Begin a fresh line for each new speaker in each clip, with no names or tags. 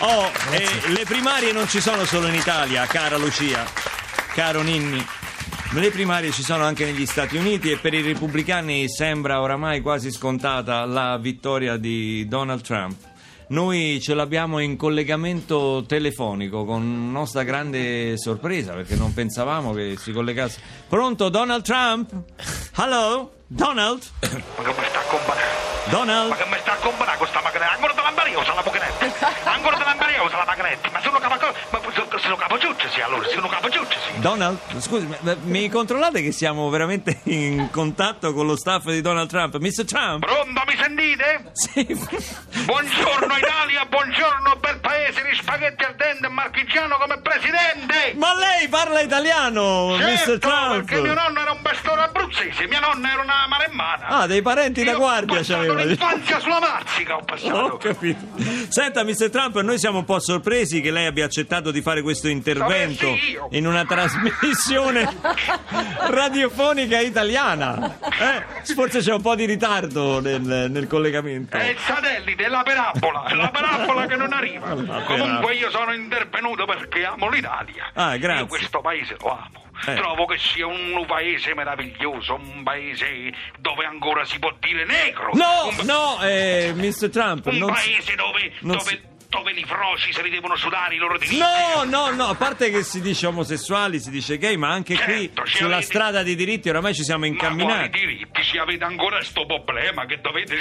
Oh, eh, le primarie non ci sono solo in Italia, cara Lucia, caro Ninni. Le primarie ci sono anche negli Stati Uniti e per i repubblicani sembra oramai quasi scontata la vittoria di Donald Trump. Noi ce l'abbiamo in collegamento telefonico con nostra grande sorpresa perché non pensavamo che si collegasse. Pronto Donald Trump? Hello? Donald?
Ma che mi sta a comparare? Ma
Donald?
che mi sta a comparare con sta macchinetta? Ancora della lambaria usa la macchinetta! Ancora della lambaria usa la macchinetta! Ma sono capo... Ma sono- sono capocciucci, sì, allora! Sono capocciucci, sì!
Donald, scusi, ma- ma mi controllate che siamo veramente in contatto con lo staff di Donald Trump? Mr. Trump?
Pronto, mi sentite?
Sì.
Buongiorno Italia, buongiorno bel paese di spaghetti al dente e marchigiano come presidente!
Ma lei parla italiano, Mr.
Certo, perché mio
Trump?
nonno era un pastore abruzzese, mia nonna era una maremmana!
Ah, dei parenti da
Io
guardia
Ho passato
c'aveva. Oh.
l'infanzia sulla marzica, ho passato!
Ho capito. Senta, Mr. Trump, noi siamo un po' sorpresi che lei abbia accettato di fare questo intervento
Dove sei io?
in una trasmissione radiofonica italiana. Eh, forse c'è un po' di ritardo nel, nel collegamento.
È il satellite, è la parabola, è la parabola che non arriva.
La parabola.
Comunque io sono intervenuto perché amo l'Italia.
Ah, grazie.
Io questo paese lo amo.
Eh.
Trovo che sia un paese meraviglioso, un paese dove ancora si può dire negro.
No,
un,
no, eh, Mr. Trump,
un
non si-
paese dove,
non
dove-
si-
dove i froci se li devono sudare i loro diritti.
No, no, no, a parte che si dice omosessuali, si dice gay, ma anche qui
Certo, ci
sulla
avete-
strada dei diritti oramai ci siamo
Ma quali
incamminati.
diritti? Se avete ancora sto problema che dovete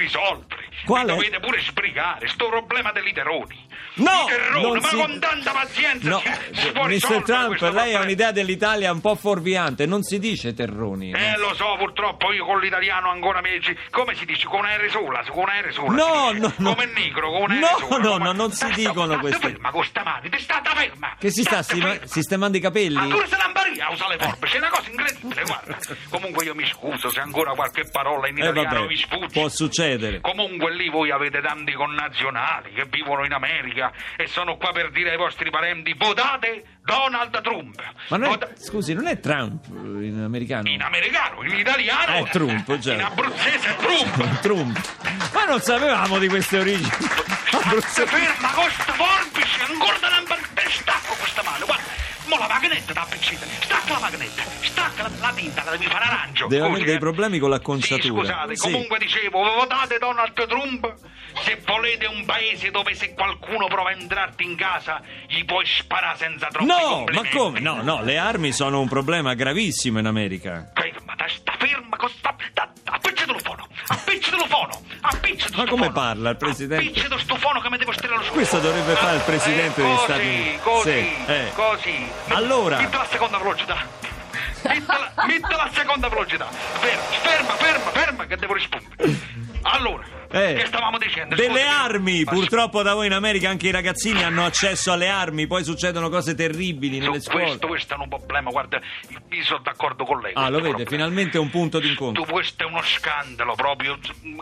risolvere.
Quale?
Vi dovete pure sbrigare, sto problema degli terroni.
No,
I terroni,
non
ma
si-
con tanta pazienza
No,
si, si può
Mr.
risolvere
Trump,
questo
lei ha
problema.
un'idea dell'Italia un po' fuorviante, non si dice terroni.
Eh, lo so, purtroppo io con l'italiano ancora mi... Come si dice? Con una R sola, con una R sola.
No,
si dice.
no, no.
Come negro, con una R
No,
sola.
no,
come-
no, non si
Sta-
dicono
state
queste-
ferma con sta mano, te state ferma.
Che si sta
State
sima-
ferma.
sistemando i capelli?
Ancora se lambaria usa le forbici, è una cosa incredibile, guarda. Comunque io mi scuso se ancora qualche parola in
Eh
italiano vi
vabbè, può
sfugge.
succedere.
Comunque lì voi avete tanti connazionali che vivono in America e sono qua per dire ai vostri parenti votate Donald Trump.
Ma non
Vota-
è, scusi, non è Trump eh, in americano?
In americano, in italiano.
Eh, Trump, già.
In abruzzese è Trump.
Trump. Ma non sapevamo di queste origini.
Se ferma con sta forbice, ancora da lambaria. Stacco questa mano, guarda. Mo la macchinetta da appiccita. Stacca la macchinetta. Stacca la, la tinta, la devi fare arancio.
Deve avere
Scusi,
dei
eh.
problemi con
Sì,
l'acconciatura.
scusate,
Sì.
comunque dicevo, votate Donald Trump se volete un paese dove se qualcuno prova a entrarti in casa gli puoi sparare senza troppi
No, ma
complimenti.
come? No, no, le armi sono un problema gravissimo in America.
Ferma, da- sta ferma, con sta... da- da- Appiccitelo fono, appiccitelo fono, appiccitelo
Ma come parla il presidente?
Appiccitelo sto fono che mi devo stirare lo scudo.
Questo dovrebbe fare il presidente
eh,
degli
così,
Stati Uniti.
Così,
Sì, eh.
così.
Allora.
Metta la seconda velocità. Metta la, metta la seconda velocità. Ferma, ferma, ferma, ferma, che devo rispondere. Allora,
Eh.
che stavamo dicendo?
Delle
Scusami.
armi,
Ma
purtroppo da voi in America anche i ragazzini hanno accesso alle armi, poi succedono cose terribili
Su
nelle scuole.
questo, questo è un problema, guarda, io- io sono d'accordo con lei.
Ah, lo
questo
vede,
problema.
finalmente un punto
Tu,
d'incontro.
questo è uno scandalo proprio.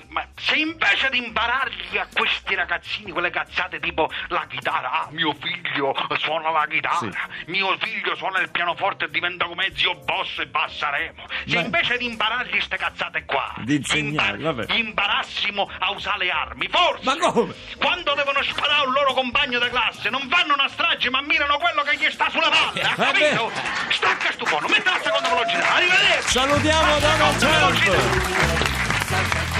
Ma se invece di imparargli a questi ragazzini quelle cazzate tipo la chitarra, ah, mio figlio suona la chitarra, mio figlio suona il pianoforte e diventa come zio Boss e Bassaremo. Se
Ma-
invece di imparargli queste cazzate qua,
Di insegnare, vabbè.
gli imparassimo a usare le armi, forse.
Ma come?
Quando devono sparare a un loro compagno da classe, non fanno una strage, ma mirano quello che gli sta sulla palla, ha
Eh, Vabbè.
capito? Stacca sto buono, metti la seconda velocità, arrivederci.
Salutiamo Donald
Seconda
Trump!
velocità.